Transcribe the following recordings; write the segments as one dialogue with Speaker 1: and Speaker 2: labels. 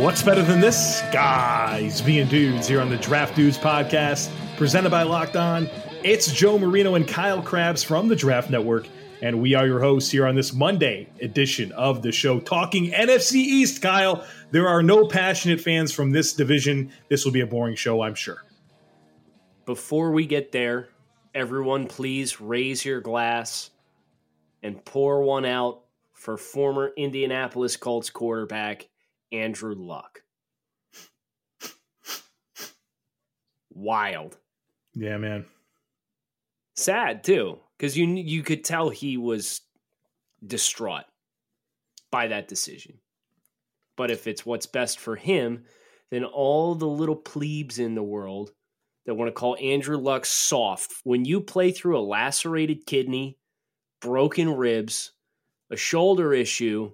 Speaker 1: What's better than this? Guys being dudes here on the Draft Dudes podcast, presented by Locked On. It's Joe Marino and Kyle Krabs from the Draft Network, and we are your hosts here on this Monday edition of the show, talking NFC East. Kyle, there are no passionate fans from this division. This will be a boring show, I'm sure.
Speaker 2: before we get there, everyone please raise your glass and pour one out for former Indianapolis Colts quarterback Andrew Luck. Wild.
Speaker 1: Yeah, man.
Speaker 2: Sad too, cuz you you could tell he was distraught by that decision. But if it's what's best for him, then all the little plebes in the world that want to call Andrew Luck soft. When you play through a lacerated kidney, broken ribs, a shoulder issue,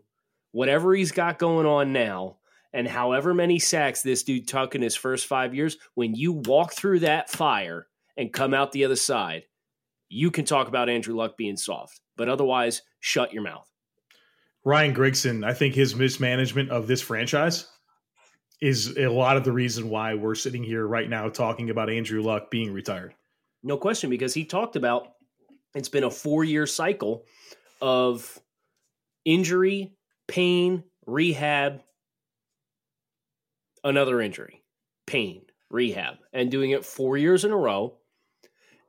Speaker 2: whatever he's got going on now, and however many sacks this dude took in his first five years, when you walk through that fire and come out the other side, you can talk about Andrew Luck being soft. But otherwise, shut your mouth.
Speaker 1: Ryan Grigson, I think his mismanagement of this franchise is a lot of the reason why we're sitting here right now talking about Andrew Luck being retired.
Speaker 2: No question, because he talked about it's been a four year cycle of injury, pain, rehab, another injury, pain, rehab, and doing it four years in a row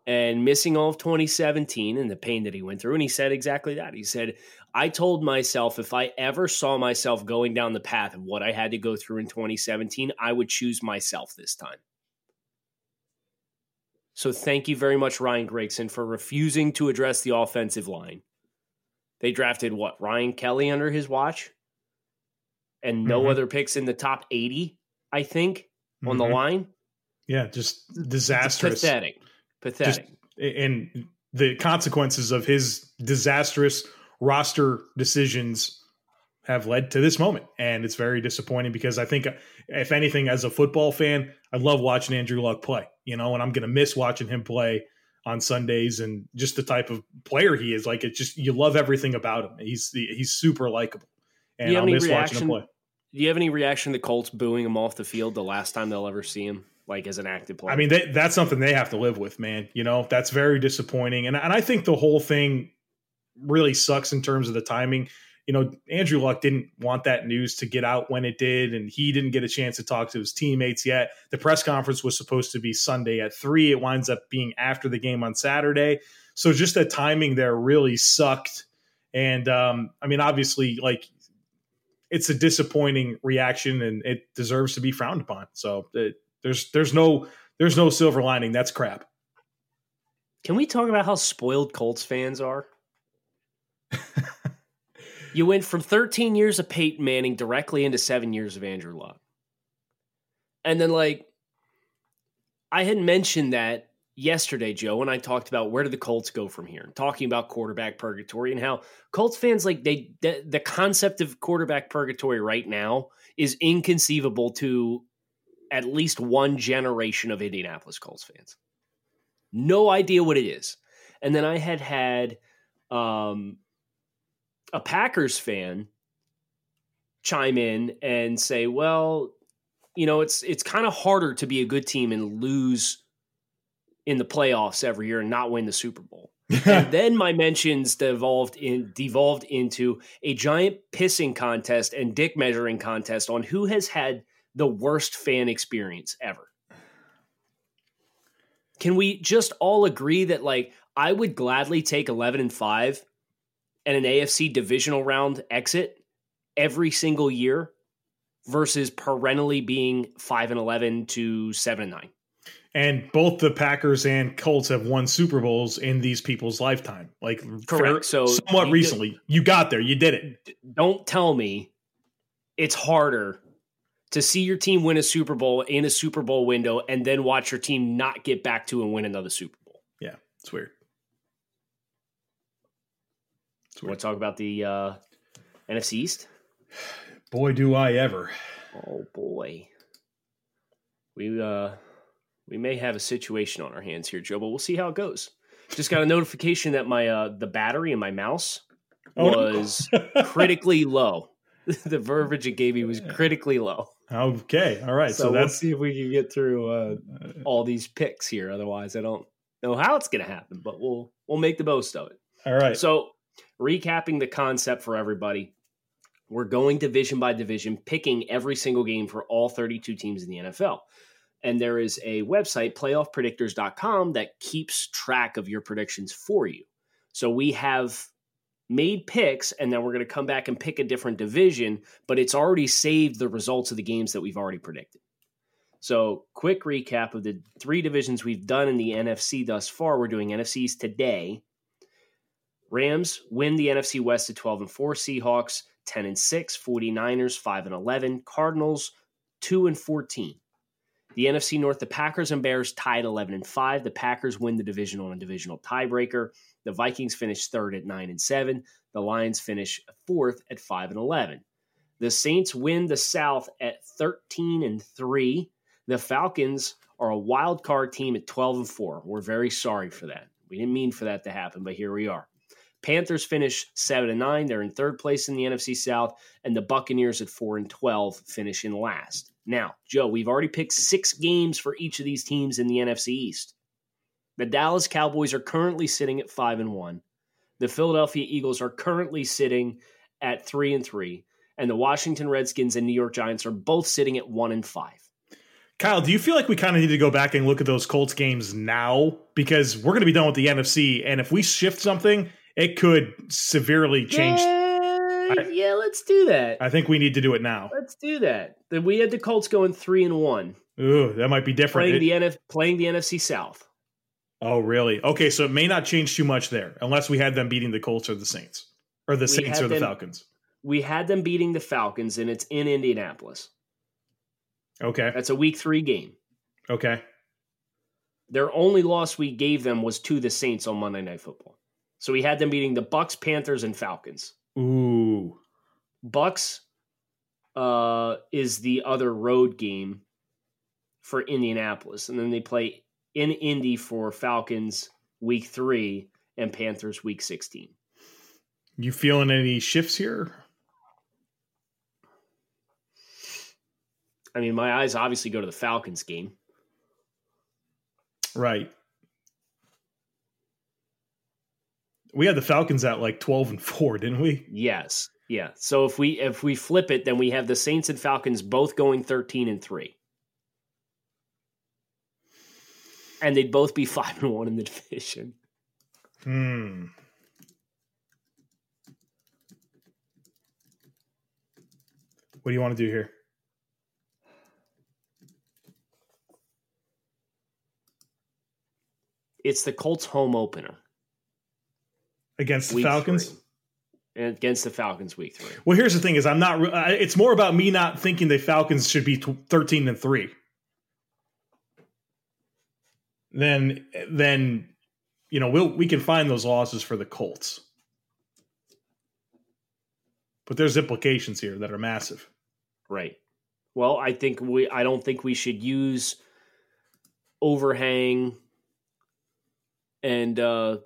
Speaker 2: and missing all of 2017 and the pain that he went through. And he said exactly that. He said, I told myself if I ever saw myself going down the path of what I had to go through in 2017, I would choose myself this time. So thank you very much, Ryan Gregson, for refusing to address the offensive line. They drafted what Ryan Kelly under his watch, and no
Speaker 1: Mhm.
Speaker 2: other picks in the top eighty, I think, on the
Speaker 1: Mhm.
Speaker 2: line.
Speaker 1: Yeah, just
Speaker 2: It's
Speaker 1: disastrous.
Speaker 2: pathetic, pathetic.
Speaker 1: and the consequences of his disastrous roster decisions have led to this moment and it's very disappointing because i think if anything as a football fan i love watching andrew luck play you know and i'm gonna miss watching him play on sundays and just the type of player he is like it's just you love everything about him he's he's super likable and
Speaker 2: you have
Speaker 1: i'll
Speaker 2: any
Speaker 1: miss watching him
Speaker 2: reaction-
Speaker 1: play
Speaker 2: Do you have any reaction to the Colts booing him off the field the last time they'll ever see him, like as an active player?
Speaker 1: I mean, they, that's something they have to live with, man. You know, that's very disappointing. And, and I think the whole thing really sucks in terms of the timing. You know, Andrew Luck didn't want that news to get out when it did, and he didn't get a chance to talk to his teammates yet. The press conference was supposed to be Sunday at three. It winds up being after the game on Saturday. So just the timing there really sucked. And um, I mean, obviously, like it's a disappointing reaction, and it deserves to be frowned upon. So it, there's there's no there's no silver lining. That's crap.
Speaker 2: Can we talk about how spoiled Colts fans are? you went from 13 years of Peyton Manning directly into seven years of Andrew Luck. And then, like, I had mentioned that yesterday, Joe, when I talked about where do the Colts go from here, talking about quarterback purgatory and how Colts fans, like, they, the, the concept of quarterback purgatory right now is inconceivable to at least one generation of Indianapolis Colts fans no idea what it is. And then I had had um, a Packers fan chime in and say, "Well, you know, it's it's kind of harder to be a good team and lose in the playoffs every year and not win the Super Bowl." and then my mentions devolved in devolved into a giant pissing contest and dick measuring contest on who has had the worst fan experience ever. Can we just all agree that like I would gladly take 11 and 5 and an AFC divisional round exit every single year versus perennially being 5 and 11 to 7 and 9.
Speaker 1: And both the Packers and Colts have won Super Bowls in these people's lifetime. Like fair-
Speaker 2: Correct. So
Speaker 1: somewhat
Speaker 2: you-
Speaker 1: recently. you got there. You did it.
Speaker 2: Don't tell me it's harder to see your team win a Super Bowl in a Super Bowl window and then watch your team not get back to and win another Super Bowl.
Speaker 1: Yeah, it's weird. It's
Speaker 2: Want
Speaker 1: weird.
Speaker 2: to talk about the uh, NFC East?
Speaker 1: Boy, do I ever.
Speaker 2: Oh boy, we uh, we may have a situation on our hands here, Joe. But we'll see how it goes. Just got a notification that my uh, the battery in my mouse
Speaker 1: Oh, no.
Speaker 2: was critically low. the verbiage it gave me was
Speaker 1: Yeah.
Speaker 2: critically low.
Speaker 1: okay, all right. So,
Speaker 2: so let's
Speaker 1: that's
Speaker 2: see if we can get through uh, all these picks here. Otherwise, I don't know how it's going to happen, but we'll we'll make the most of it.
Speaker 1: all right.
Speaker 2: So, recapping the concept for everybody, we're going division by division, picking every single game for all 32 teams in the NFL. And there is a website, playoffpredictors.com, that keeps track of your predictions for you. So we have made picks, and then we're going to come back and pick a different division, but it's already saved the results of the games that we've already predicted. So, quick recap of the three divisions we've done in the NFC thus far. We're doing NFCs today. Rams win the NFC West at 12 and 4, Seahawks 10 and 6, 49ers 5 and 11, Cardinals 2 and 14. The NFC North, the Packers and Bears tied 11 and 5. The Packers win the division on a divisional tiebreaker. The Vikings finish third at 9 and 7. The Lions finish fourth at 5 and 11. The Saints win the South at 13 and 3. The Falcons are a wild card team at 12 and 4. We're very sorry for that. We didn't mean for that to happen, but here we are. Panthers finish 7 and 9. They're in third place in the NFC South and the Buccaneers at 4 and 12 finish in last. Now, Joe, we've already picked 6 games for each of these teams in the NFC East. The Dallas Cowboys are currently sitting at 5 and 1. The Philadelphia Eagles are currently sitting at 3 and 3, and the Washington Redskins and New York Giants are both sitting at 1 and 5.
Speaker 1: Kyle, do you feel like we kind of need to go back and look at those Colts games now because we're going to be done with the NFC, and if we shift something, it could severely change.
Speaker 2: Yeah,
Speaker 1: I-
Speaker 2: yeah, let's do that.
Speaker 1: I think we need to do it now.
Speaker 2: let's do that. Then we had the Colts going 3 and 1
Speaker 1: Ooh, that might be different.
Speaker 2: playing
Speaker 1: It-
Speaker 2: the NF- playing the NFC South.
Speaker 1: oh, really? Okay, so it may not change too much there, unless we had them beating the Colts or the Saints, or the
Speaker 2: We
Speaker 1: Saints
Speaker 2: had
Speaker 1: or the
Speaker 2: them-
Speaker 1: Falcons.
Speaker 2: we had them beating the Falcons, and it's in Indianapolis.
Speaker 1: Okay,
Speaker 2: That's a week three game.
Speaker 1: okay,
Speaker 2: Their only loss we gave them was to the Saints on Monday Night Football. So we had them beating the Bucks, Panthers, and Falcons.
Speaker 1: ooh,
Speaker 2: Bucks uh, is the other road game for Indianapolis, and then they play in Indy for Falcons week three and Panthers week sixteen.
Speaker 1: you feeling any shifts here?
Speaker 2: I mean, my eyes obviously go to the Falcons game.
Speaker 1: Right. We had the Falcons at like twelve and four, didn't we?
Speaker 2: Yes. Yeah. So if we if we flip it, then we have the Saints and Falcons both going thirteen and three. And they'd both be five and one in the division.
Speaker 1: Hmm. What do you want to do here?
Speaker 2: It's the Colts home opener.
Speaker 1: Against the
Speaker 2: week
Speaker 1: Falcons?
Speaker 2: three. And against the Falcons week three.
Speaker 1: Well, here's the thing: is I'm not. re- I- It's more about me not thinking the Falcons should be tw- 13 and three. Then, then, you know, we'll we can find those losses for the Colts, but there's implications here that are massive.
Speaker 2: Right. Well, I think we I don't think we should use overhang and uh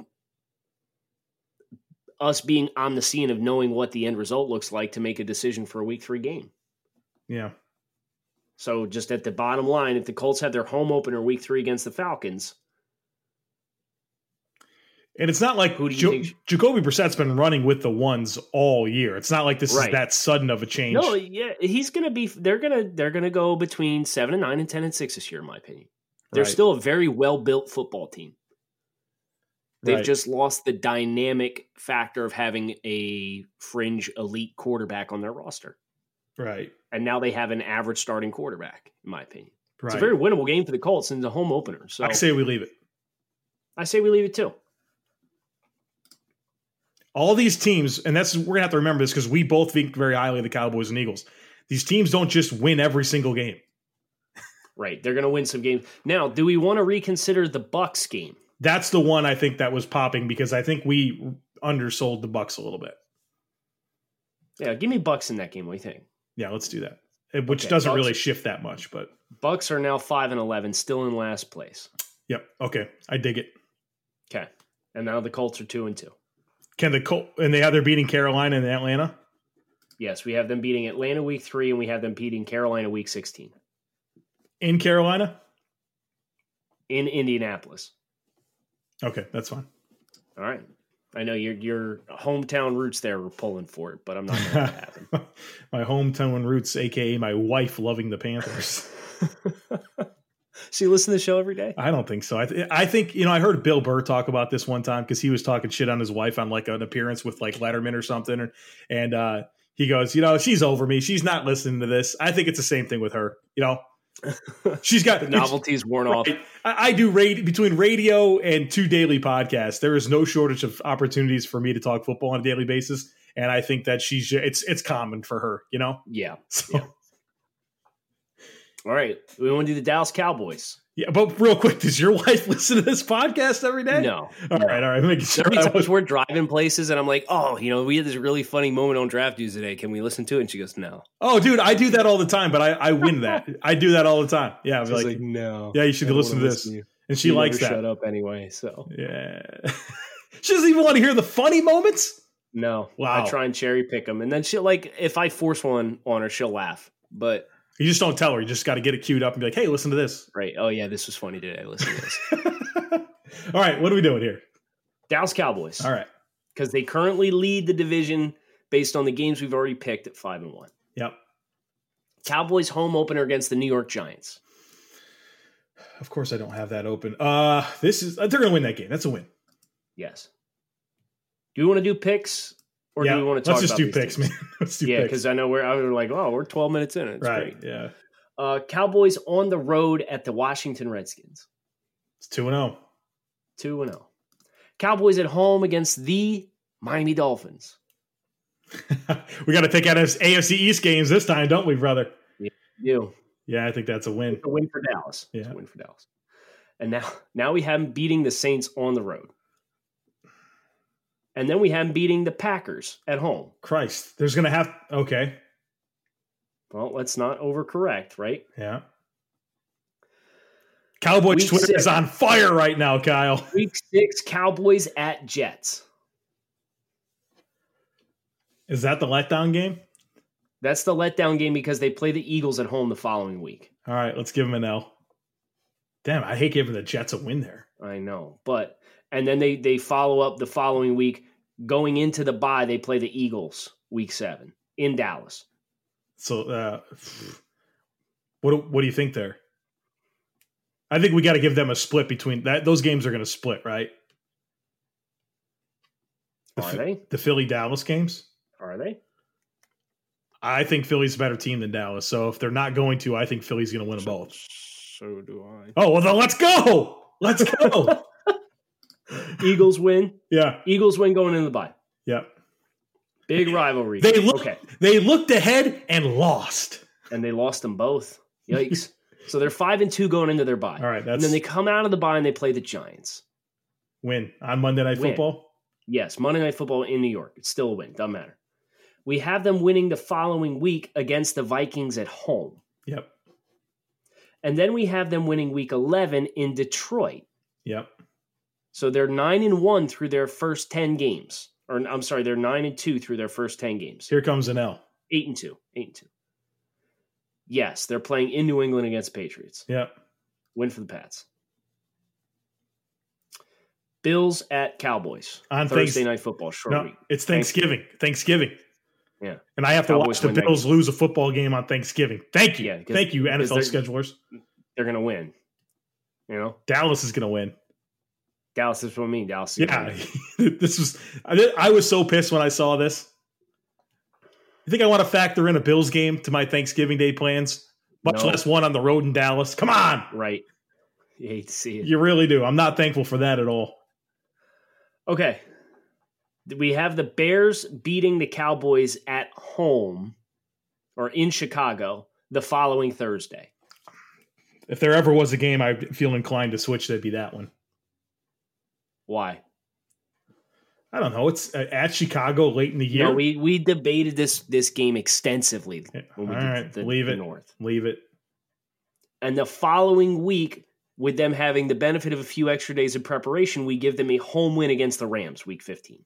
Speaker 2: us being on the scene of knowing what the end result looks like to make a decision for a week 3 game.
Speaker 1: Yeah,
Speaker 2: So just at the bottom line, if the Colts have their home opener week 3 against the Falcons,
Speaker 1: and it's not like
Speaker 2: Who do you
Speaker 1: jo-
Speaker 2: think-
Speaker 1: Jacoby Brissett's been running with the ones all year. It's not like this
Speaker 2: Right.
Speaker 1: is that sudden of a change.
Speaker 2: no, yeah, he's going to be they're going to they're going to go between 7 and 9 and 10 and 6 this year in my opinion. They're
Speaker 1: Right,
Speaker 2: still a very well-built football team. They've
Speaker 1: right.
Speaker 2: just lost the dynamic factor of having a fringe elite quarterback on their roster.
Speaker 1: right,
Speaker 2: And now they have an average starting quarterback, in my opinion.
Speaker 1: right.
Speaker 2: It's a very winnable game for the Colts and it's a home opener. So
Speaker 1: I say we leave it.
Speaker 2: we leave it too.
Speaker 1: all these teams, and that's we're gonna have to remember this because we both think very highly of the Cowboys and Eagles. These teams don't just win every single game.
Speaker 2: Right. They're going to win some games. Now, do we want to reconsider the Bucks game?
Speaker 1: That's the one I think that was popping because I think we undersold the Bucks a little bit.
Speaker 2: Yeah, give me Bucks in that game. What do you think?
Speaker 1: Yeah, let's do that. Eh, Which
Speaker 2: Okay,
Speaker 1: doesn't
Speaker 2: Bucks-
Speaker 1: really shift that much, but
Speaker 2: Bucks are now 5 and 11, still in last place.
Speaker 1: yep. Okay, I dig it.
Speaker 2: Okay. And now the Colts are 2 and 2.
Speaker 1: Can the Col- and they have they're beating Carolina and Atlanta.
Speaker 2: Yes, we have them beating Atlanta week 3 and we have them beating Carolina week 16
Speaker 1: in Carolina?
Speaker 2: in Indianapolis.
Speaker 1: Okay, that's fine.
Speaker 2: All right. I know your your hometown roots there were pulling for it, but I'm not going to let it happen.
Speaker 1: my hometown roots, aka my wife loving the Panthers.
Speaker 2: so you listen to the show every day?
Speaker 1: I don't think so. I, th- I think you know. I heard Bill Burr talk about this one time because he was talking shit on his wife on like an appearance with like Letterman or something, and, and uh, he goes, you know, she's over me. She's not listening to this. I think it's the same thing with her. You know, she's got
Speaker 2: The novelty's worn off.
Speaker 1: Right. I, I do radio between radio and two daily podcasts. There is no shortage of opportunities for me to talk football on a daily basis, and I think that she's it's it's common for her. You know,
Speaker 2: Yeah.
Speaker 1: so.
Speaker 2: Yeah. All right. We want to do the Dallas Cowboys.
Speaker 1: Yeah, but real quick, does your wife listen to this podcast every day?
Speaker 2: No.
Speaker 1: All right, all right. Making sure
Speaker 2: Every
Speaker 1: I
Speaker 2: time
Speaker 1: was-
Speaker 2: we're driving places and I'm like, oh, you know, we had this really funny moment on draft news today. Can we listen to it? And she goes, no.
Speaker 1: oh, dude, I do that all the time, but I, I win that. I do that all the time. Yeah, I'll be like,
Speaker 2: no.
Speaker 1: yeah, you should listen to this. and she likes that.
Speaker 2: Shut up anyway. So
Speaker 1: Yeah. she doesn't even want to hear the funny moments.
Speaker 2: no.
Speaker 1: Wow.
Speaker 2: I try and cherry pick them, and then she will like if I force one on her, she'll laugh. But
Speaker 1: You just don't tell her. You just got to get it queued up and be like, hey, listen to this.
Speaker 2: right, oh yeah, this was funny today. Listen to this.
Speaker 1: all right, what are we doing here?
Speaker 2: Dallas Cowboys
Speaker 1: All right.
Speaker 2: because they currently lead the division based on the games we've already picked at five and one.
Speaker 1: Yep.
Speaker 2: Cowboys home opener against the New York Giants.
Speaker 1: Of course, I don't have that open. Uh, this is they're going to win that game. That's a win.
Speaker 2: Yes. Do we want to do picks or
Speaker 1: yeah.
Speaker 2: do we want to talk
Speaker 1: Let's just
Speaker 2: about
Speaker 1: do
Speaker 2: these
Speaker 1: picks,
Speaker 2: teams?
Speaker 1: man. Let's do
Speaker 2: Yeah,
Speaker 1: picks.
Speaker 2: because I know we're I was like, oh, we're twelve minutes in. It's
Speaker 1: Right.
Speaker 2: great.
Speaker 1: Yeah.
Speaker 2: Uh, Cowboys on the road at the Washington Redskins.
Speaker 1: It's 2 and oh. 0.
Speaker 2: Two and zero. Cowboys at home against the Miami Dolphins.
Speaker 1: we got to pick out his AFC East games this time, don't we, brother?
Speaker 2: You
Speaker 1: Yeah, I think that's a win.
Speaker 2: a win for Dallas. It's
Speaker 1: Yeah.
Speaker 2: a win for Dallas. And now, now we have them beating the Saints on the road, and then we have them beating the Packers at home.
Speaker 1: Christ, there's gonna have okay,
Speaker 2: Well, let's not overcorrect, right?
Speaker 1: yeah. Cowboys
Speaker 2: Week
Speaker 1: Twitter
Speaker 2: six.
Speaker 1: is on fire right now, Kyle.
Speaker 2: Week six, Cowboys at Jets.
Speaker 1: Is that the letdown game?
Speaker 2: That's the letdown game because they play the Eagles at home the following week.
Speaker 1: All right, let's give him an L. Damn, I hate giving the Jets a win there.
Speaker 2: I know, but and then they they follow up the following week going into the bye. They play the Eagles week seven in Dallas.
Speaker 1: So, uh, what do, what do you think there? I think we got to give them a split between that. Those games are going to split, right? The,
Speaker 2: Are
Speaker 1: Ph-
Speaker 2: they?
Speaker 1: the Philly Dallas games.
Speaker 2: Are they?
Speaker 1: I think Philly's a better team than Dallas. So if they're not going to, I think Philly's going to win them both.
Speaker 2: So do I.
Speaker 1: Oh well, then let's go. Let's go.
Speaker 2: Eagles win.
Speaker 1: yeah,
Speaker 2: Eagles win going into the bye.
Speaker 1: yeah.
Speaker 2: Big rivalry.
Speaker 1: They look-
Speaker 2: okay,
Speaker 1: They looked ahead and lost.
Speaker 2: and they lost them both. Yikes! so they're five and two going into their bye,
Speaker 1: All right,
Speaker 2: and
Speaker 1: that's
Speaker 2: then they come out of the bye and they play the Giants.
Speaker 1: win on Monday Night
Speaker 2: Win.
Speaker 1: Football.
Speaker 2: Yes, Monday Night Football in New York. It's still a win. Doesn't matter. We have them winning the following week against the Vikings at home.
Speaker 1: Yep,
Speaker 2: And then we have them winning week 11 in Detroit.
Speaker 1: yep.
Speaker 2: So they're 9 and 1 through their first 10 games. Or I'm sorry, they're 9 and 2 through their first 10 games.
Speaker 1: Here comes an L.
Speaker 2: 8 and 2, 8 and 2. Yes, they're playing in New England against Patriots.
Speaker 1: Yep.
Speaker 2: Win for the Pats. Bills at Cowboys.
Speaker 1: On
Speaker 2: Thursday
Speaker 1: Thanks-
Speaker 2: night football short
Speaker 1: No,
Speaker 2: week.
Speaker 1: it's Thanksgiving. Thanksgiving.
Speaker 2: Yeah.
Speaker 1: And I have to
Speaker 2: Cowboys
Speaker 1: watch the
Speaker 2: win that
Speaker 1: Bills lose a football game on Thanksgiving. Thank you.
Speaker 2: Yeah, 'cause-
Speaker 1: Thank you, NFL
Speaker 2: 'cause they're-
Speaker 1: schedulers.
Speaker 2: They're going to win. You know,
Speaker 1: Dallas is going to win.
Speaker 2: Dallas is what I mean. Dallas. is gonna
Speaker 1: Yeah.
Speaker 2: win.
Speaker 1: this was, I, I was so pissed when I saw this. You think I want to factor in a Bills game to my Thanksgiving Day plans? Much
Speaker 2: No.
Speaker 1: less one on the road in Dallas. Come on.
Speaker 2: Right. You hate to see it.
Speaker 1: You really do. I'm not thankful for that at all.
Speaker 2: Okay. We have the Bears beating the Cowboys at home or in Chicago the following Thursday.
Speaker 1: If there ever was a game I feel inclined to switch, that'd be that one.
Speaker 2: Why?
Speaker 1: I don't know. It's uh, at Chicago late in the year.
Speaker 2: No, we we debated this this game extensively
Speaker 1: Yeah,
Speaker 2: when we
Speaker 1: all
Speaker 2: did
Speaker 1: right,
Speaker 2: the,
Speaker 1: leave
Speaker 2: the
Speaker 1: it.
Speaker 2: North.
Speaker 1: Leave it.
Speaker 2: And the following week, with them having the benefit of a few extra days of preparation, we give them a home win against the Rams, Week 15.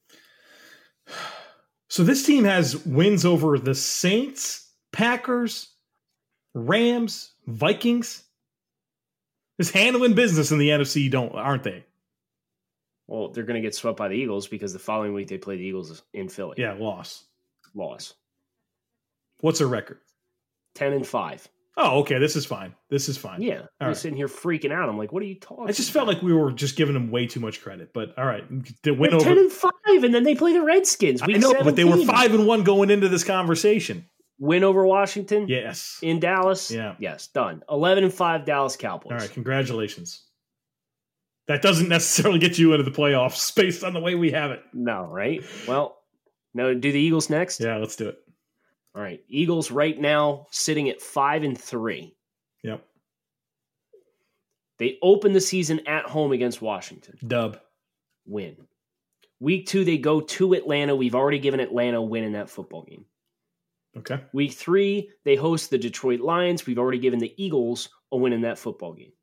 Speaker 1: So this team has wins over the Saints, Packers, Rams, Vikings. Is handling business in the NFC don't aren't they?
Speaker 2: Well, they're going to get swept by the Eagles because the following week they play the Eagles in Philly.
Speaker 1: Yeah, loss.
Speaker 2: loss
Speaker 1: What's their record?
Speaker 2: ten and five.
Speaker 1: Oh, okay. This is fine. This is fine.
Speaker 2: Yeah, I'm
Speaker 1: right.
Speaker 2: sitting here freaking out. I'm like, what are you talking?
Speaker 1: I just felt like we were just giving them way too much credit, but all right, they
Speaker 2: They're
Speaker 1: went
Speaker 2: ten
Speaker 1: over.
Speaker 2: and five, and then they play the Redskins.
Speaker 1: I
Speaker 2: Week
Speaker 1: know, but they were
Speaker 2: 17.
Speaker 1: five and one going into this conversation.
Speaker 2: Win over Washington.
Speaker 1: Yes.
Speaker 2: in Dallas.
Speaker 1: Yeah.
Speaker 2: yes, done. Eleven and five Dallas Cowboys.
Speaker 1: All right, congratulations. That doesn't necessarily get you into the playoffs based on the way we have it.
Speaker 2: No, right? Well, no. Do the Eagles next?
Speaker 1: Yeah, let's do it.
Speaker 2: All right, Eagles right now sitting at five and three.
Speaker 1: Yep.
Speaker 2: They open the season at home against Washington.
Speaker 1: Dub.
Speaker 2: Win. Week two, they go to Atlanta. We've already given Atlanta a win in that football game.
Speaker 1: Okay.
Speaker 2: Week three, they host the Detroit Lions. We've already given the Eagles a win in that football game.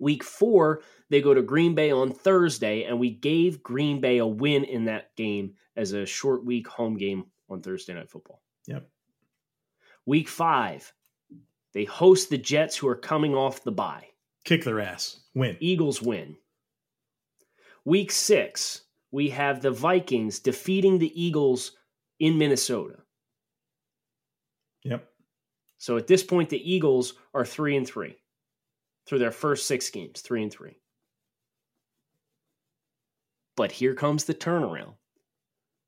Speaker 2: Week four, they go to Green Bay on Thursday, and we gave Green Bay a win in that game as a short week home game on Thursday Night Football.
Speaker 1: Yep.
Speaker 2: Week five, they host the Jets, who are coming off the bye.
Speaker 1: Kick their ass. Win.
Speaker 2: Eagles win. Week six, we have the Vikings defeating the Eagles in Minnesota.
Speaker 1: Yep.
Speaker 2: So at this point, the Eagles are three and three through their first six games, three and three. But here comes the turnaround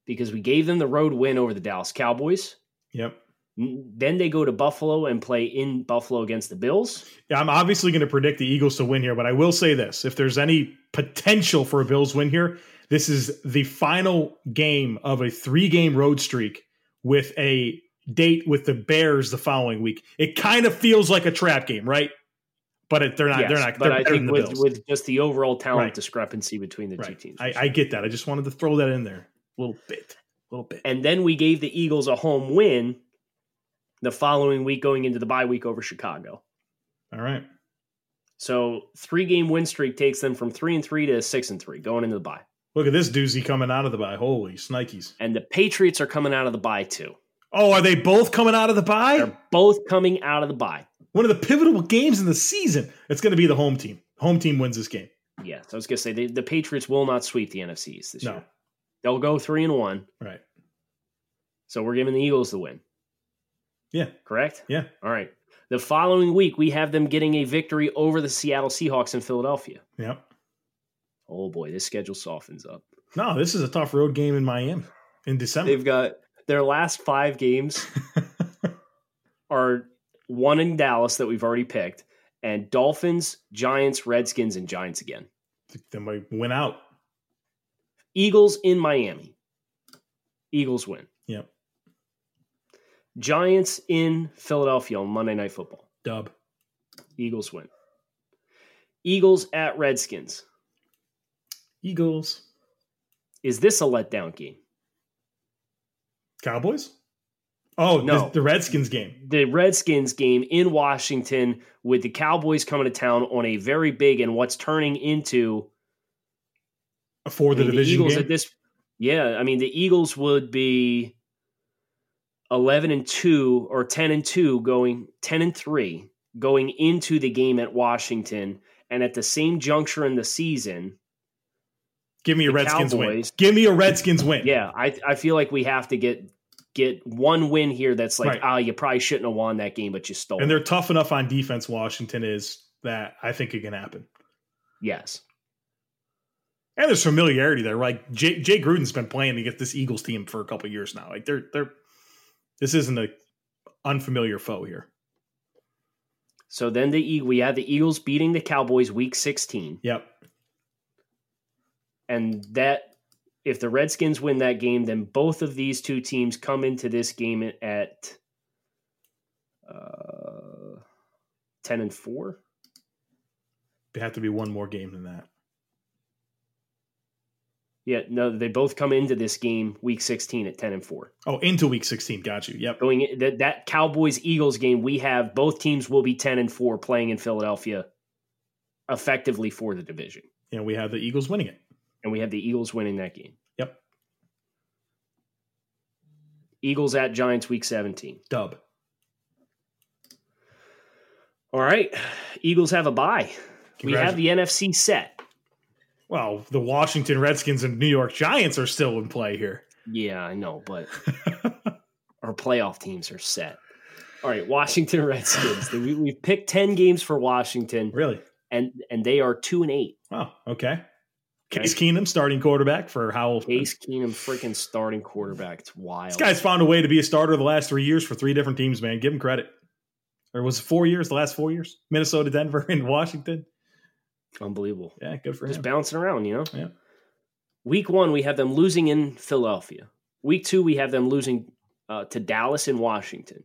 Speaker 2: because we gave them the road win over the Dallas Cowboys.
Speaker 1: Yep.
Speaker 2: N- Then they go to Buffalo and play in Buffalo against the Bills.
Speaker 1: Yeah, I'm obviously going to predict the Eagles to win here, but I will say this. If there's any potential for a Bills win here, this is the final game of a three game road streak with a date with the Bears the following week. It kind of feels like a trap game, right? But it, they're not.
Speaker 2: Yes,
Speaker 1: they're not.
Speaker 2: But
Speaker 1: they're
Speaker 2: I
Speaker 1: better than
Speaker 2: think
Speaker 1: the
Speaker 2: with,
Speaker 1: Bills.
Speaker 2: with just the overall talent
Speaker 1: Right.
Speaker 2: discrepancy between the two
Speaker 1: Right.
Speaker 2: teams.
Speaker 1: I, I get that. I just wanted to throw that in there a little bit, a little bit.
Speaker 2: and then we gave the Eagles a home win the following week going into the bye week over Chicago.
Speaker 1: All right.
Speaker 2: So three game win streak takes them from three and three to six and three going into the bye.
Speaker 1: Look at this doozy coming out of the bye. Holy snikes!
Speaker 2: And the Patriots are coming out of the bye too.
Speaker 1: Oh, are they both coming out of the bye?
Speaker 2: They're both coming out of the bye.
Speaker 1: One of the pivotal games in the season. It's going to be the home team. Home team wins this game.
Speaker 2: Yeah, so I was gonna say the, the Patriots will not sweep the NFC East this
Speaker 1: No.
Speaker 2: year. They'll go three and one.
Speaker 1: Right.
Speaker 2: So we're giving the Eagles the win.
Speaker 1: Yeah.
Speaker 2: Correct?
Speaker 1: Yeah.
Speaker 2: All right. The following week we have them getting a victory over the Seattle Seahawks in Philadelphia.
Speaker 1: Yep.
Speaker 2: Oh boy, this schedule softens up.
Speaker 1: No, this is a tough road game in Miami in December.
Speaker 2: They've got their last five games are one in Dallas that we've already picked, and Dolphins, Giants, Redskins, and Giants again.
Speaker 1: they might win out.
Speaker 2: Eagles in Miami. Eagles win.
Speaker 1: Yep.
Speaker 2: Giants in Philadelphia on Monday Night Football.
Speaker 1: Dub.
Speaker 2: Eagles win. Eagles at Redskins.
Speaker 1: Eagles.
Speaker 2: Is this a letdown game?
Speaker 1: Cowboys. Oh
Speaker 2: No.
Speaker 1: this- the Redskins game.
Speaker 2: The Redskins game in Washington with the Cowboys coming to town on a very big and what's turning into
Speaker 1: For the
Speaker 2: I mean,
Speaker 1: division
Speaker 2: Eagles
Speaker 1: game.
Speaker 2: at this, yeah. I mean, the Eagles would be eleven and two or ten and two, going ten and three, going into the game at Washington, and at the same juncture in the season.
Speaker 1: Give me a
Speaker 2: the
Speaker 1: Redskins
Speaker 2: Cowboys.
Speaker 1: win. Give me a Redskins win.
Speaker 2: Yeah, I I feel like we have to get get one win here. That's like,
Speaker 1: Right.
Speaker 2: ah, you probably shouldn't have won that game, but you stole.
Speaker 1: And
Speaker 2: it.
Speaker 1: they're tough enough on defense, Washington is, that I think it can happen.
Speaker 2: Yes,
Speaker 1: And there's familiarity there. Like Jay, Jay Gruden's been playing to get this Eagles team for a couple of years now. Like they're they're this isn't a unfamiliar foe here.
Speaker 2: so then the E- we had the Eagles beating the Cowboys week sixteen,
Speaker 1: Yep.
Speaker 2: and that if the Redskins win that game, then both of these two teams come into this game at uh, 10 and 4.
Speaker 1: They have to be one more game than that.
Speaker 2: Yeah, no, they both come into this game week 16 at 10 and 4.
Speaker 1: Oh, into week 16. Got you. Yep.
Speaker 2: Going in- that that Cowboys Eagles game we have both teams will be 10 and 4 playing in Philadelphia effectively for the division.
Speaker 1: And we have the Eagles winning it.
Speaker 2: And we have the Eagles winning that game.
Speaker 1: Yep.
Speaker 2: Eagles at Giants week 17.
Speaker 1: Dub.
Speaker 2: All right. Eagles have a bye. We
Speaker 1: Congratu-
Speaker 2: have the NFC set.
Speaker 1: Well, the Washington Redskins and New York Giants are still in play here.
Speaker 2: Yeah, I know, but our playoff teams are set. All right, Washington Redskins. we, we've picked 10 games for Washington
Speaker 1: Really?
Speaker 2: and and they are 2 and 8.
Speaker 1: Wow. Okay. Case Keenum, starting quarterback for Howell.
Speaker 2: Case Keenum freaking starting quarterback. It's wild.
Speaker 1: This guy's found a way to be a starter the last three years for three different teams, man. Give him credit. Or was it four years, the last four years? Minnesota, Denver, and Washington.
Speaker 2: Unbelievable.
Speaker 1: Yeah, good for
Speaker 2: Just
Speaker 1: him.
Speaker 2: bouncing around, you know?
Speaker 1: Yeah.
Speaker 2: Week one, we have them losing in Philadelphia. Week two, we have them losing uh, to Dallas and Washington.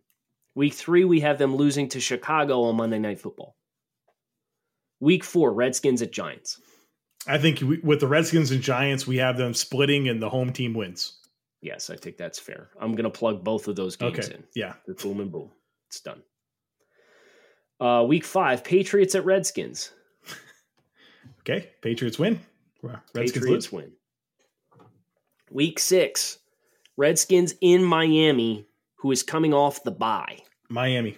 Speaker 2: Week three, we have them losing to Chicago on Monday Night Football. Week four, Redskins at Giants.
Speaker 1: I think we, with the Redskins and Giants, we have them splitting and the home team wins.
Speaker 2: Yes, I think that's fair. I'm going to plug both of those games
Speaker 1: Okay.
Speaker 2: in.
Speaker 1: Yeah.
Speaker 2: The boom and boom. It's done. Uh, week five, Patriots at Redskins.
Speaker 1: Okay. Patriots win. Redskins
Speaker 2: Patriots
Speaker 1: lose.
Speaker 2: win. Week six, Redskins in Miami, who is coming off the bye.
Speaker 1: Miami.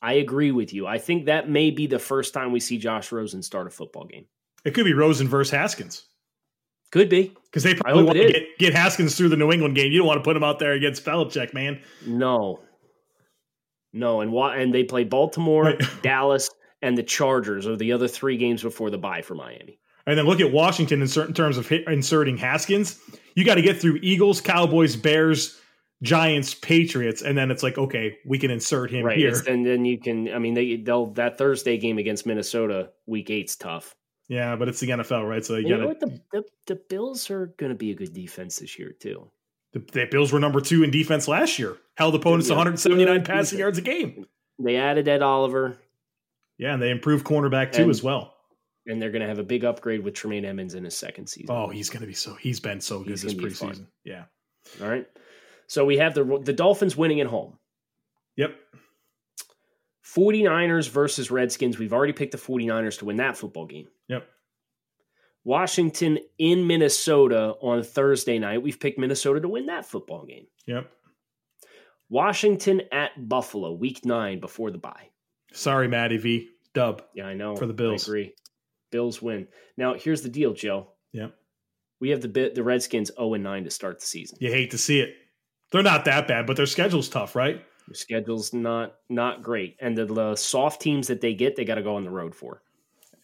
Speaker 2: I agree with you. I think that may be the first time we see Josh Rosen start a football game.
Speaker 1: It could be Rosen versus Haskins
Speaker 2: Could be.
Speaker 1: because they
Speaker 2: hope
Speaker 1: probably
Speaker 2: it
Speaker 1: want to
Speaker 2: is.
Speaker 1: get, get Haskins through the New England game. You don't want to put him out there against Belichick, man.
Speaker 2: No. No, and why, and they play Baltimore,
Speaker 1: Right.
Speaker 2: Dallas, and the Chargers are the other three games before the bye for Miami.
Speaker 1: And then look at Washington in certain terms of hit, inserting Haskins. You got to get through Eagles, Cowboys, Bears, Giants, Patriots, and then it's like, okay, we can insert him
Speaker 2: right.
Speaker 1: here.
Speaker 2: it's- And then you can I mean they they'll that Thursday game against Minnesota, week eight's tough.
Speaker 1: yeah, but it's the NFL, right? So you
Speaker 2: You,
Speaker 1: got
Speaker 2: know
Speaker 1: to.
Speaker 2: what? The, the, the Bills are going to be a good defense this year, too.
Speaker 1: The, the Bills were number two in defense last year. Held opponents to
Speaker 2: Yeah.
Speaker 1: 179
Speaker 2: Good
Speaker 1: passing
Speaker 2: defense.
Speaker 1: yards a game.
Speaker 2: They added Ed Oliver,
Speaker 1: Yeah, and they improved cornerback too
Speaker 2: And-
Speaker 1: as well.
Speaker 2: and they're going to have a big upgrade with Tremaine Emmons in his second season.
Speaker 1: Oh, he's gonna be so. He's been so good
Speaker 2: He's
Speaker 1: this
Speaker 2: gonna be fun.
Speaker 1: preseason. Yeah.
Speaker 2: All right. So we have the, the Dolphins winning at home.
Speaker 1: Yep.
Speaker 2: 49ers versus Redskins. We've already picked the 49ers to win that football game.
Speaker 1: Yep.
Speaker 2: Washington in Minnesota on Thursday night. We've picked Minnesota to win that football game.
Speaker 1: Yep.
Speaker 2: Washington at Buffalo, week nine before the bye.
Speaker 1: Sorry, Matty V. Dub.
Speaker 2: Yeah, I know.
Speaker 1: For the Bills.
Speaker 2: I agree. Bills win. Now, here's the deal, Joe.
Speaker 1: Yep.
Speaker 2: We have the bit the Redskins 0 and 9 to start the season.
Speaker 1: You hate to see it. They're not that bad, but their schedule's tough, right?
Speaker 2: Their schedule's not not great. And the, the soft teams that they get, they got to go on the road for.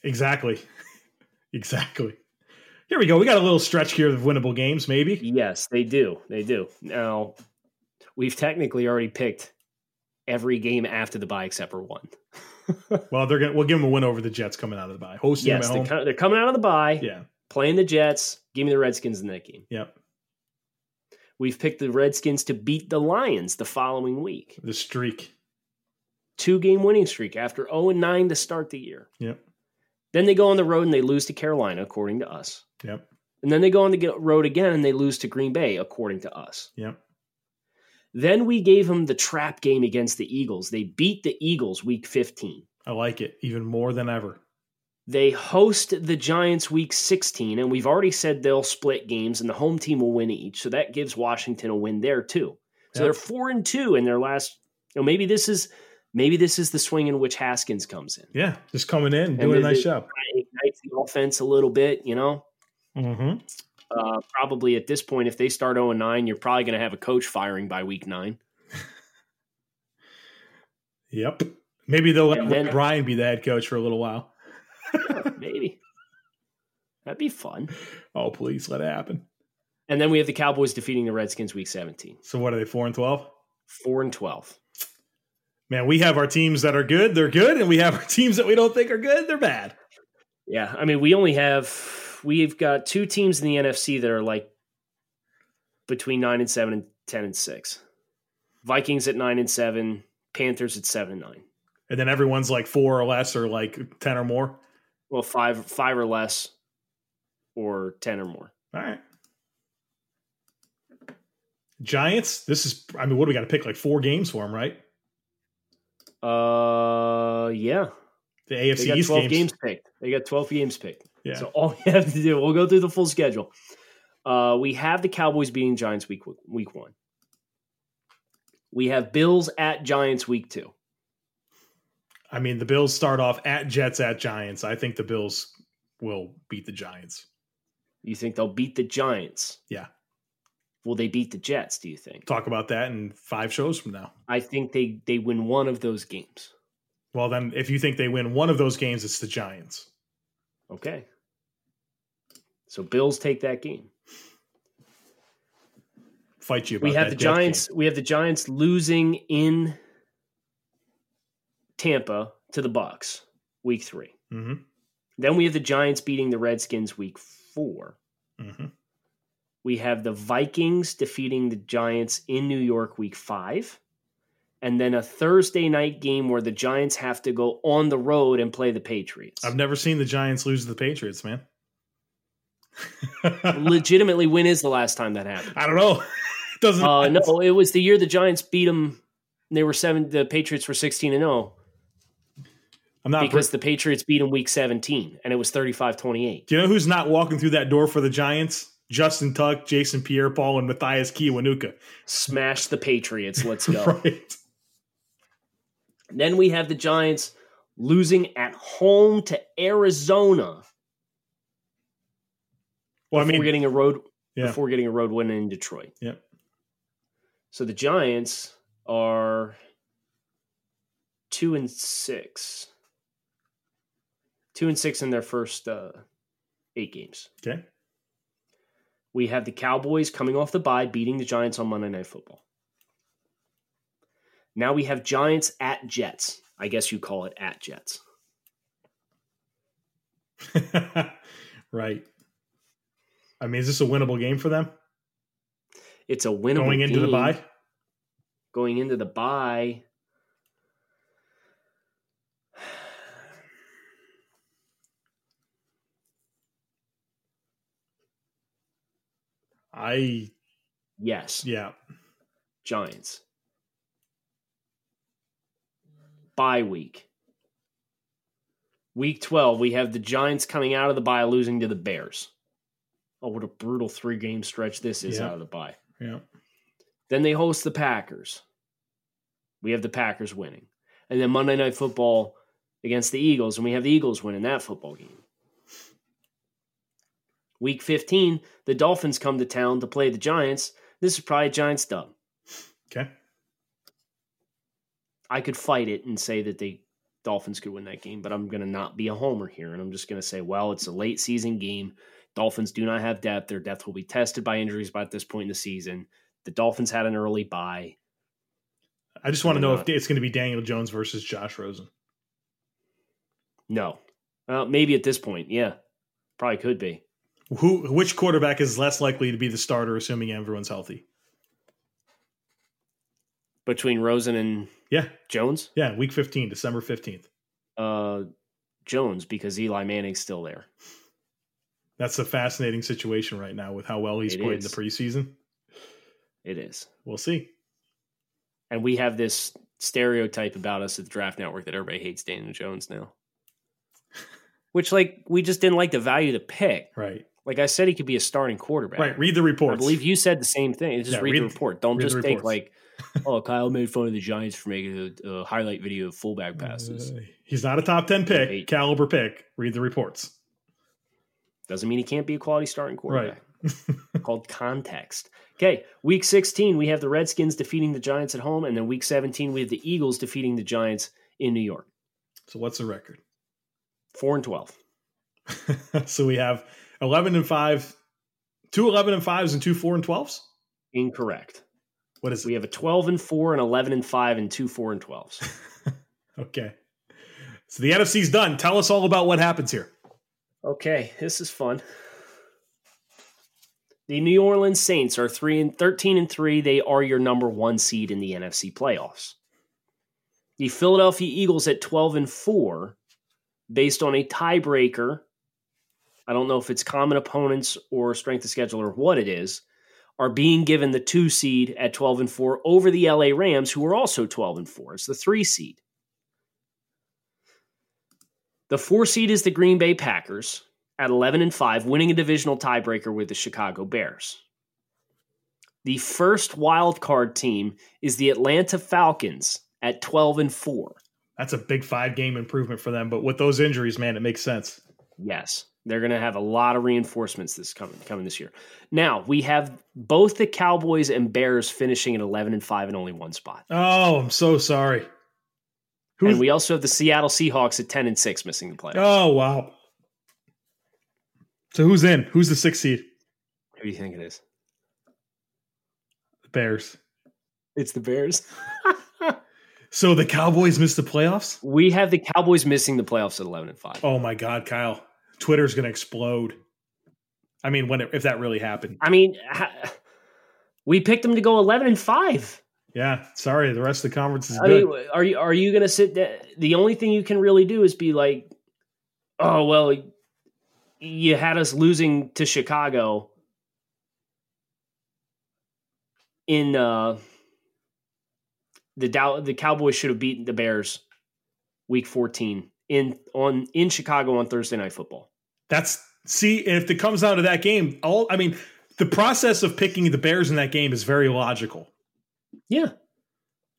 Speaker 1: Exactly. exactly. Here we go. We got a little stretch here of winnable games, maybe.
Speaker 2: Yes, they do. They do. Now, we've technically already picked every game after the bye except for one.
Speaker 1: Well, they're gonna we'll give them a win over the Jets coming out of the bye. Hosting
Speaker 2: yes,
Speaker 1: them
Speaker 2: they're,
Speaker 1: at home.
Speaker 2: co- they're coming out of the bye,
Speaker 1: Yeah.
Speaker 2: playing the Jets. Give me the Redskins in that game.
Speaker 1: Yep.
Speaker 2: We've picked the Redskins to beat the Lions the following week.
Speaker 1: The streak.
Speaker 2: Two game winning streak after 0 and 9 to start the year.
Speaker 1: Yep.
Speaker 2: Then they go on the road and they lose to Carolina, according to us.
Speaker 1: Yep.
Speaker 2: And then they go on the g- road again and they lose to Green Bay, according to us.
Speaker 1: Yep.
Speaker 2: Then we gave them the trap game against the Eagles. They beat the Eagles week 15.
Speaker 1: I like it even more than ever.
Speaker 2: They host the Giants week 16, and we've already said they'll split games and the home team will win each. So that gives Washington a win there too.
Speaker 1: Yep.
Speaker 2: So they're four and two in their last. You know, maybe this is maybe this is the swing in which Haskins comes in.
Speaker 1: Yeah. Just coming in,
Speaker 2: they-
Speaker 1: doing a nice
Speaker 2: they-
Speaker 1: job.
Speaker 2: Ignites the offense a little bit, you know.
Speaker 1: Mm-hmm.
Speaker 2: uh, probably at this point, if they start 0 9, you're probably going to have a coach firing by week nine.
Speaker 1: Yep. Maybe they'll let
Speaker 2: And then-
Speaker 1: Brian be the head coach for a little while.
Speaker 2: Maybe. That'd be fun.
Speaker 1: Oh, please let it happen.
Speaker 2: And then we have the Cowboys defeating the Redskins week 17,
Speaker 1: So what are they, four and twelve?
Speaker 2: 4 and 12.
Speaker 1: Man, we have our teams that are good, they're good, and we have our teams that we don't think are good, they're bad.
Speaker 2: Yeah. I mean, we only have, we've got two teams in the NFC that are like between 9 and 7 and 10 and 6. Vikings at 9 and 7, Panthers at seven and nine.
Speaker 1: And then everyone's like four or less or like 10 or more.
Speaker 2: Well, five five or less, or ten or more.
Speaker 1: All right. Giants, this is, I mean, what do we got to pick? Like four games for them, right?
Speaker 2: Uh, yeah.
Speaker 1: The
Speaker 2: They
Speaker 1: AFC
Speaker 2: got
Speaker 1: East
Speaker 2: 12
Speaker 1: games.
Speaker 2: games. picked. They got 12 games picked.
Speaker 1: Yeah.
Speaker 2: So all we have to do, we'll go through the full schedule. Uh, we have the Cowboys beating Giants week week one. We have Bills at Giants week two.
Speaker 1: I mean, the Bills start off at Jets, at Giants. I think the Bills will beat the Giants.
Speaker 2: You think they'll beat the Giants?
Speaker 1: Yeah.
Speaker 2: Will they beat the Jets? Do you think?
Speaker 1: Talk about that in five shows from now.
Speaker 2: I think they they win one of those games.
Speaker 1: Well, then, if you think they win one of those games, it's the Giants.
Speaker 2: Okay. So Bills take that game.
Speaker 1: Fight you. About
Speaker 2: we have
Speaker 1: that
Speaker 2: the
Speaker 1: Jets game.
Speaker 2: Giants. We have the Giants losing in Tampa to the Bucks week three.
Speaker 1: Mhm,
Speaker 2: Then we have the Giants beating the Redskins week four.
Speaker 1: mhm.
Speaker 2: We have the Vikings defeating the Giants in New York week five. And then a Thursday night game where the Giants have to go on the road and play the Patriots.
Speaker 1: I've never seen the Giants lose to the Patriots, man.
Speaker 2: Legitimately, when is the last time that happened?
Speaker 1: I don't know. Doesn't
Speaker 2: Uh, no, it was the year the Giants beat them. They were seven. The Patriots were sixteen and zero
Speaker 1: I'm not.
Speaker 2: because the Patriots beat them week seventeen, and it was 35-28.
Speaker 1: do you know who's not walking through that door for the Giants? Justin Tuck, Jason Pierre-Paul, and Matthias Kiwanuka.
Speaker 2: Smash the Patriots. Let's go.
Speaker 1: Right.
Speaker 2: Then we have the Giants losing at home to Arizona
Speaker 1: Well, I
Speaker 2: before
Speaker 1: mean,
Speaker 2: getting a road
Speaker 1: Yeah.
Speaker 2: before getting a road win in Detroit.
Speaker 1: Yep.
Speaker 2: So the Giants are two and six, two and six in their first uh, eight games.
Speaker 1: okay.
Speaker 2: We have the Cowboys coming off the bye, beating the Giants on Monday Night Football. Now we have Giants at Jets. I guess you call it at Jets.
Speaker 1: right. I mean, is this a winnable game for them
Speaker 2: It's a winnable
Speaker 1: going into the
Speaker 2: game.
Speaker 1: bye?
Speaker 2: going into the bye.
Speaker 1: I
Speaker 2: Yes,
Speaker 1: yeah.
Speaker 2: Giants. Bye week. Week 12, we have the Giants coming out of the bye losing to the Bears. Oh, what a brutal three game stretch this is
Speaker 1: Yeah.
Speaker 2: out of the bye.
Speaker 1: Yeah.
Speaker 2: Then they host the Packers. We have the Packers winning. And then Monday Night Football against the Eagles, and we have the Eagles winning that football game. Week 15, the Dolphins come to town to play the Giants. This is probably a Giants dub.
Speaker 1: Okay.
Speaker 2: I could fight it and say that the Dolphins could win that game, but I'm going to not be a homer here. And I'm just going to say, well, it's a late season game. Dolphins do not have depth. Their depth will be tested by injuries by this point in the season. The Dolphins had an early bye.
Speaker 1: I just want to
Speaker 2: Why
Speaker 1: know if
Speaker 2: not?
Speaker 1: it's going to be Daniel Jones versus Josh Rosen.
Speaker 2: No. Uh, maybe at this point, yeah. Probably could be.
Speaker 1: Who which quarterback is less likely to be the starter assuming everyone's healthy?
Speaker 2: Between Rosen and
Speaker 1: Yeah.
Speaker 2: Jones?
Speaker 1: Yeah, week 15, December 15th.
Speaker 2: Uh, Jones, because Eli Manning's still there.
Speaker 1: That's a fascinating situation right now with how well he's
Speaker 2: It
Speaker 1: played
Speaker 2: is.
Speaker 1: in the preseason.
Speaker 2: It is.
Speaker 1: We'll see.
Speaker 2: And we have this stereotype about us at the Draft Network that everybody hates Daniel Jones now. Which, like, we just didn't like the value to pick.
Speaker 1: Right.
Speaker 2: Like I said, he could be a starting quarterback.
Speaker 1: Right. Read the
Speaker 2: I
Speaker 1: reports.
Speaker 2: believe you said the same thing. Just
Speaker 1: Yeah,
Speaker 2: read, the
Speaker 1: read-
Speaker 2: report. Don't
Speaker 1: read the
Speaker 2: just think
Speaker 1: reports.
Speaker 2: like, "Oh, Kyle made fun of the Giants for making a, a highlight video of fullback passes."
Speaker 1: Uh, he's not a top 10 pick,
Speaker 2: Eight.
Speaker 1: caliber pick. Read the reports.
Speaker 2: Doesn't mean he can't be a quality starting quarterback. Called context. Okay, week 16 we have the Redskins defeating the Giants at home, and then week 17 we have the Eagles defeating the Giants in New York.
Speaker 1: So what's the record?
Speaker 2: Four and twelve.
Speaker 1: so we have 11 and 5, two 11 and 5s and two 4 and 12s.
Speaker 2: Incorrect.
Speaker 1: What is
Speaker 2: We
Speaker 1: it?
Speaker 2: have a 12 and four, and 11 and five, and two four and 12s.
Speaker 1: Okay. So the NFC's done. Tell us all about what happens here.
Speaker 2: Okay, this is fun. The New Orleans Saints are 3 and 13 and 3. They are your number 1 seed in the NFC playoffs. The Philadelphia Eagles at 12 and 4 based on a tiebreaker. I don't know if it's common opponents or strength of schedule or what it is, are being given the 2 seed at 12 and 4 over the LA Rams who are also 12 and 4. It's the 3 seed. The 4 seed is the Green Bay Packers at 11 and 5 winning a divisional tiebreaker with the Chicago Bears. The first wild card team is the Atlanta Falcons at 12 and 4.
Speaker 1: That's a big five game improvement for them, but with those injuries, man, it makes sense.
Speaker 2: Yes. They're going to have a lot of reinforcements this coming coming this year. Now, we have both the Cowboys and Bears finishing at 11 and 5 and only one spot.
Speaker 1: Oh, I'm so sorry.
Speaker 2: and we also have the Seattle Seahawks at 10 and 6 missing the playoffs.
Speaker 1: Oh, wow. So who's in? Who's the sixth seed?
Speaker 2: Who do you think it is?
Speaker 1: The Bears.
Speaker 2: It's the Bears.
Speaker 1: So the Cowboys missed the playoffs?
Speaker 2: we have the Cowboys missing the playoffs at 11 and 5.
Speaker 1: Oh my God, Kyle. Twitter's going to explode. I mean, when it, if that really happened.
Speaker 2: I mean, ha- we picked them to go 11 and 5.
Speaker 1: Yeah, sorry. The rest of the conference is
Speaker 2: I
Speaker 1: good.
Speaker 2: mean, are you are you going to sit there? The only thing you can really do is be like, oh well, you had us losing to Chicago in uh, the Dow- the Cowboys should have beaten the Bears week fourteen in on in Chicago on Thursday night football.
Speaker 1: That's see, if it comes down to that game, all I mean, the process of picking the Bears in that game is very logical
Speaker 2: Yeah,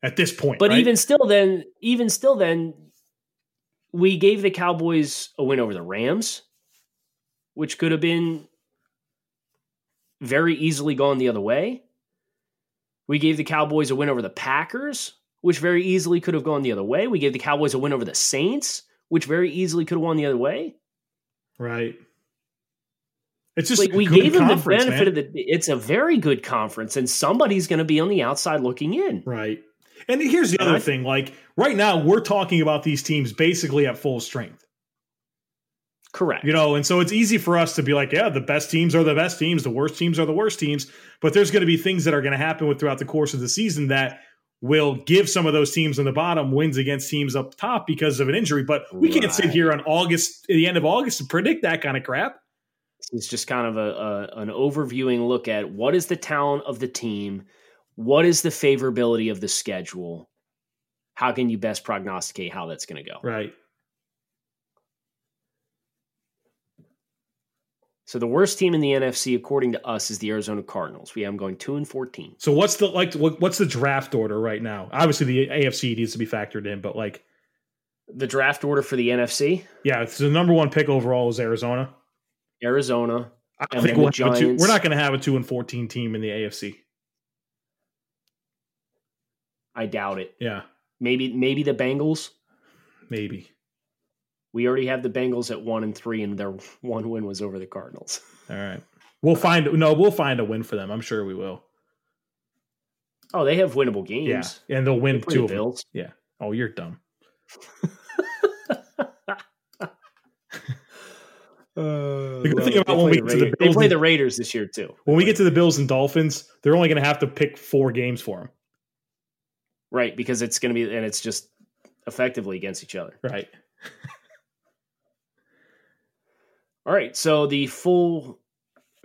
Speaker 1: at this point.
Speaker 2: but
Speaker 1: right?
Speaker 2: even still, then even still, then we gave the Cowboys a win over the Rams, which could have been very easily gone the other way. We gave the Cowboys a win over the Packers, which very easily could have gone the other way. We gave the Cowboys a win over the Saints, which very easily could have won the other way.
Speaker 1: right, it's just
Speaker 2: like we
Speaker 1: a good
Speaker 2: gave them the
Speaker 1: conference,
Speaker 2: benefit
Speaker 1: man.
Speaker 2: of the. It's a very good conference, and somebody's going to be on the outside looking in.
Speaker 1: Right. And here's the
Speaker 2: And
Speaker 1: other
Speaker 2: I-
Speaker 1: thing like right now we're talking about these teams basically at full strength.
Speaker 2: Correct.
Speaker 1: You know, and so it's easy for us to be like, yeah, the best teams are the best teams, the worst teams are the worst teams, but there's going to be things that are going to happen with throughout the course of the season that will give some of those teams on the bottom wins against teams up top because of an injury, but we can't sit
Speaker 2: Right.
Speaker 1: here on August at the end of August and predict that kind of crap.
Speaker 2: It's just kind of a, a an overviewing look at what is the talent of the team, what is the favorability of the schedule, how can you best prognosticate how that's going to go.
Speaker 1: Right.
Speaker 2: So the worst team in the NFC, according to us, is the Arizona Cardinals. We have them going two and fourteen.
Speaker 1: So what's the like what, what's the draft order right now? Obviously the AFC needs to be factored in, but like
Speaker 2: The draft order for the NFC:
Speaker 1: yeah, it's the number 1 pick overall is Arizona.
Speaker 2: Arizona,
Speaker 1: I
Speaker 2: And
Speaker 1: don't think
Speaker 2: then
Speaker 1: we'll
Speaker 2: the
Speaker 1: have a two,
Speaker 2: Giants.
Speaker 1: we're not going to have a two and fourteen team in the AFC.
Speaker 2: I doubt it.
Speaker 1: Yeah,
Speaker 2: Maybe maybe the Bengals.
Speaker 1: maybe.
Speaker 2: We already have the Bengals at one and three, and their one win was over the Cardinals.
Speaker 1: All right, we'll find no, we'll find a win for them. I'm sure we will.
Speaker 2: Oh, they have winnable games.
Speaker 1: Yeah, and they'll
Speaker 2: They
Speaker 1: win
Speaker 2: play the
Speaker 1: two of them.
Speaker 2: Bills.
Speaker 1: Oh, you're dumb.
Speaker 2: Uh,
Speaker 1: The good thing about
Speaker 2: they
Speaker 1: when
Speaker 2: play
Speaker 1: we get to the
Speaker 2: Ra- they
Speaker 1: Bills
Speaker 2: play
Speaker 1: and-
Speaker 2: the Raiders this year too.
Speaker 1: When we get to the Bills and Dolphins, they're only going to have to pick four games for them.
Speaker 2: right because it's going to be and it's just effectively against each other.
Speaker 1: Right.
Speaker 2: All right, so the full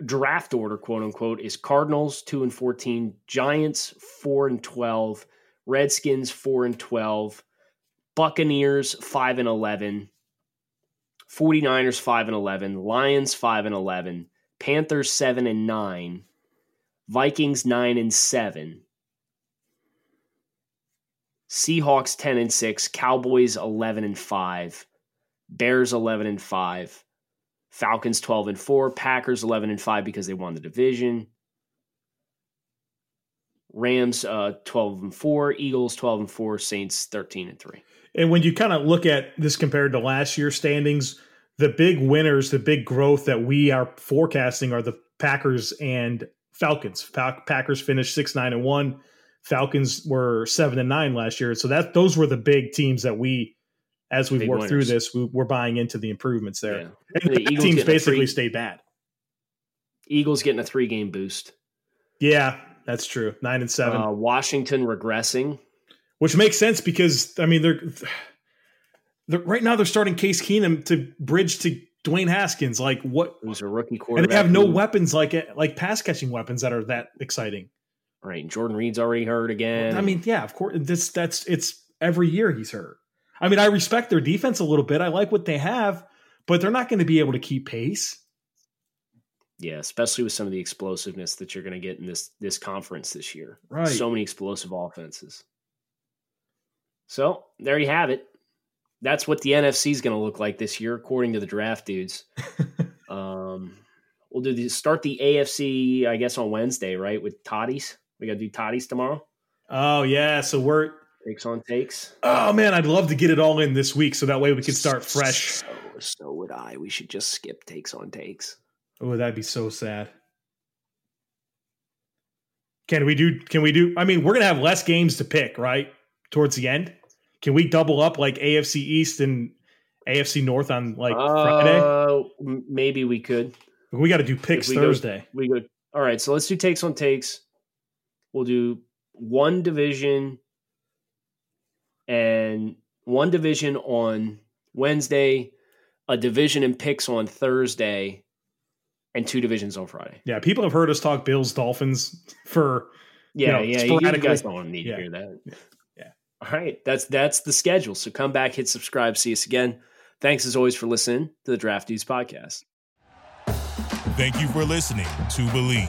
Speaker 2: draft order, quote unquote, is Cardinals two and fourteen, Giants four and twelve, Redskins four and twelve, Buccaneers five and 11, 49ers five and eleven, Lions five and eleven, Panthers seven and nine, Vikings nine and seven. Seahawks 10 and 6, Cowboys 11 and 5, Bears 11 and 5, Falcons 12 and 4, Packers 11 and 5 because they won the division. Rams uh, 12 and 4, Eagles 12 and 4, Saints 13 and 3.
Speaker 1: And when you kind of look at this compared to last year's standings, the big winners, the big growth that we are forecasting are the Packers and Falcons. Fal- Packers finished six nine and one. Falcons were seven and nine last year. So that those were the big teams that we, as we've
Speaker 2: Big
Speaker 1: worked through
Speaker 2: winners.
Speaker 1: this, we, we're buying into the improvements there.
Speaker 2: Yeah.
Speaker 1: And the,
Speaker 2: The Eagles
Speaker 1: teams
Speaker 2: getting a
Speaker 1: basically
Speaker 2: free-
Speaker 1: stay bad.
Speaker 2: Eagles getting a three game boost.
Speaker 1: Yeah, that's true. Nine and seven.
Speaker 2: Uh, Washington regressing.
Speaker 1: which makes sense because I mean they're, they're right now they're starting Case Keenum to bridge to Dwayne Haskins. Like what?
Speaker 2: Who's a rookie
Speaker 1: And
Speaker 2: quarterback?
Speaker 1: they have no
Speaker 2: who-
Speaker 1: weapons like like pass catching weapons that are that exciting.
Speaker 2: Right, and Jordan Reed's already hurt again.
Speaker 1: I mean, yeah, of course. This that's it's every year he's hurt. I mean, I respect their defense a little bit. I like what they have, but they're not going to be able to keep pace.
Speaker 2: yeah, especially with some of the explosiveness that you're going to get in this this conference this year.
Speaker 1: Right.
Speaker 2: So many explosive offenses. So there you have it. That's what the NFC is going to look like this year, according to the draft dudes. um, we'll do the, start the AFC, I guess, on Wednesday, right? With Toddies, we got to do Toddies tomorrow.
Speaker 1: Oh yeah, so we're
Speaker 2: Takes on takes.
Speaker 1: oh man, I'd love to get it all in this week so that way we can start fresh.
Speaker 2: So, so would I. We should just skip takes on takes.
Speaker 1: Oh, that'd be so sad. Can we do? Can we do? I mean, we're gonna have less games to pick, right? Towards the end, can we double up like AFC East and AFC North on like Friday?
Speaker 2: Uh, m- maybe we could.
Speaker 1: We got to do picks
Speaker 2: if we go-
Speaker 1: Thursday.
Speaker 2: we go all right so let's do takes on takes we'll do one division and one division on wednesday a division and picks on thursday and two divisions on friday
Speaker 1: Yeah, people have heard us talk Bills Dolphins for
Speaker 2: yeah
Speaker 1: No,
Speaker 2: yeah you
Speaker 1: sporadically.
Speaker 2: guys don't need
Speaker 1: Yeah.
Speaker 2: to hear that
Speaker 1: Yeah.
Speaker 2: all right that's that's the schedule so come back hit subscribe see us again thanks as always for listening to the draft dudes podcast
Speaker 3: Thank you for listening to Believe.